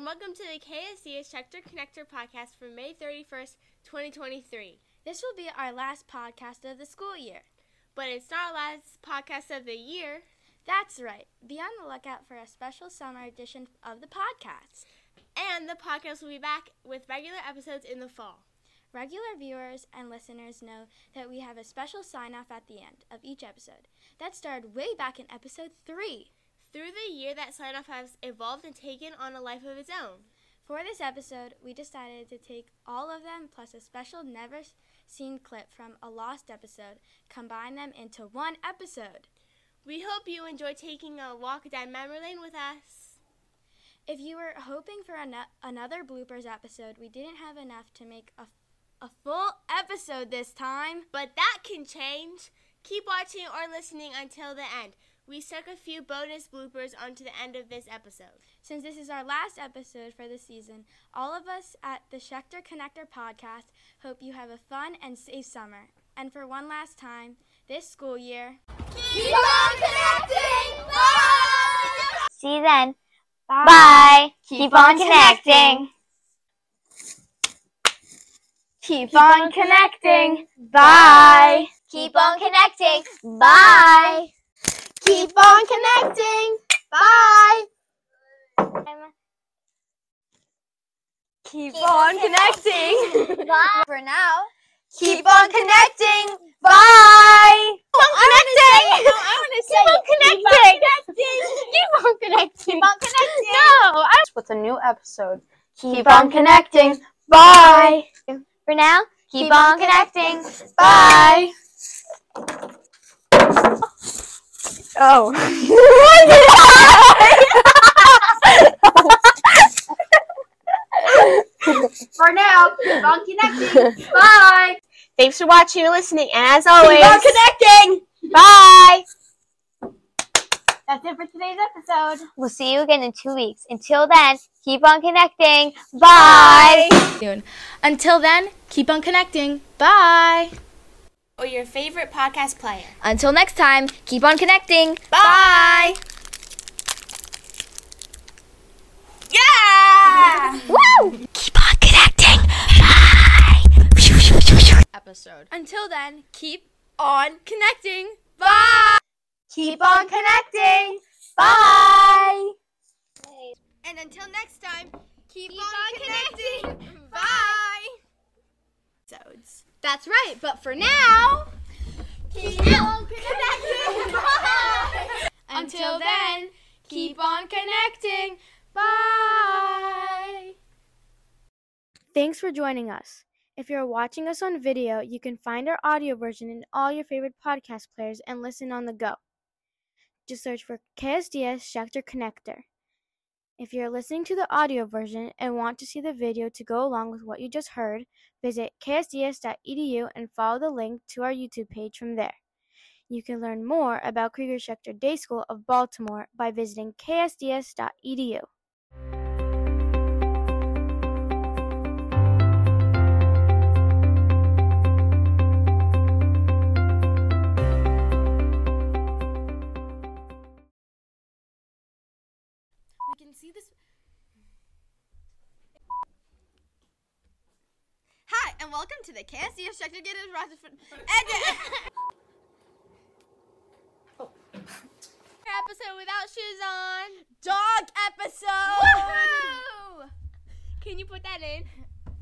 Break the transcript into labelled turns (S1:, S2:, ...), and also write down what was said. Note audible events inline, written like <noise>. S1: welcome to the KSCH Sector Connector podcast for May 31st, 2023.
S2: This will be our last podcast of the school year.
S1: But it's not our last podcast of the year.
S2: That's right. Be on the lookout for a special summer edition of the podcast.
S1: And the podcast will be back with regular episodes in the fall.
S2: Regular viewers and listeners know that we have a special sign off at the end of each episode. That started way back in episode 3.
S1: Through the year, that sign off has evolved and taken on a life of its own.
S2: For this episode, we decided to take all of them plus a special never s- seen clip from a lost episode, combine them into one episode.
S1: We hope you enjoy taking a walk down memory lane with us.
S2: If you were hoping for ano- another bloopers episode, we didn't have enough to make a, f- a full episode this time.
S1: But that can change. Keep watching or listening until the end. We stuck a few bonus bloopers onto the end of this episode.
S2: Since this is our last episode for the season, all of us at the Schecter Connector podcast hope you have a fun and safe summer. And for one last time, this school year,
S1: Keep on connecting!
S3: See you then. Bye. Bye. Keep, on connecting. Keep on connecting. Bye. Keep on connecting. Bye. Keep on connecting. Bye. Keep on connecting. Bye. For now. Keep on connecting. Bye. Keep on connecting. I want to say Keep on connecting. Keep on connecting. Keep on connecting. No, I
S4: with a new episode.
S3: keep, on connecting. Bye. For now, keep, on connecting. Bye. Oh. <laughs>
S4: For now, keep on connecting. Bye.
S1: Thanks for watching and listening, and as always,
S3: Keep on connecting. Bye.
S4: That's it for today's episode.
S3: We'll see you again in two weeks. Until then, keep on connecting. Bye.
S2: soon. Until then, keep on connecting. Bye.
S1: or your favorite podcast player.
S3: Until next time, keep on connecting.
S1: Bye. Yeah.
S3: Woo! Keep on connecting.
S2: Episode. Until then, keep on connecting. Bye.
S3: Keep on connecting. Bye.
S1: And until next time, keep, on, connecting. <laughs> Bye. Episodes. That's right, but for now, keep on connecting. Bye.
S2: Until then, keep on connecting. Bye. Thanks for joining us. If you're watching us on video, you can find our audio version in all your favorite podcast players and listen on the go. Just search for KSDS Schecter Connector. If you're listening to the audio version and want to see the video to go along with what you just heard, visit ksds.edu E and follow the link to our YouTube page from there. You can learn more about Krieger Schechter Day School of Baltimore by visiting ksds.edu.
S1: We can see this. Hi, and welcome to the KSC Instructor Gated Rocket <laughs> episode without shoes on. Dog episode. Woohoo! Can you put that in?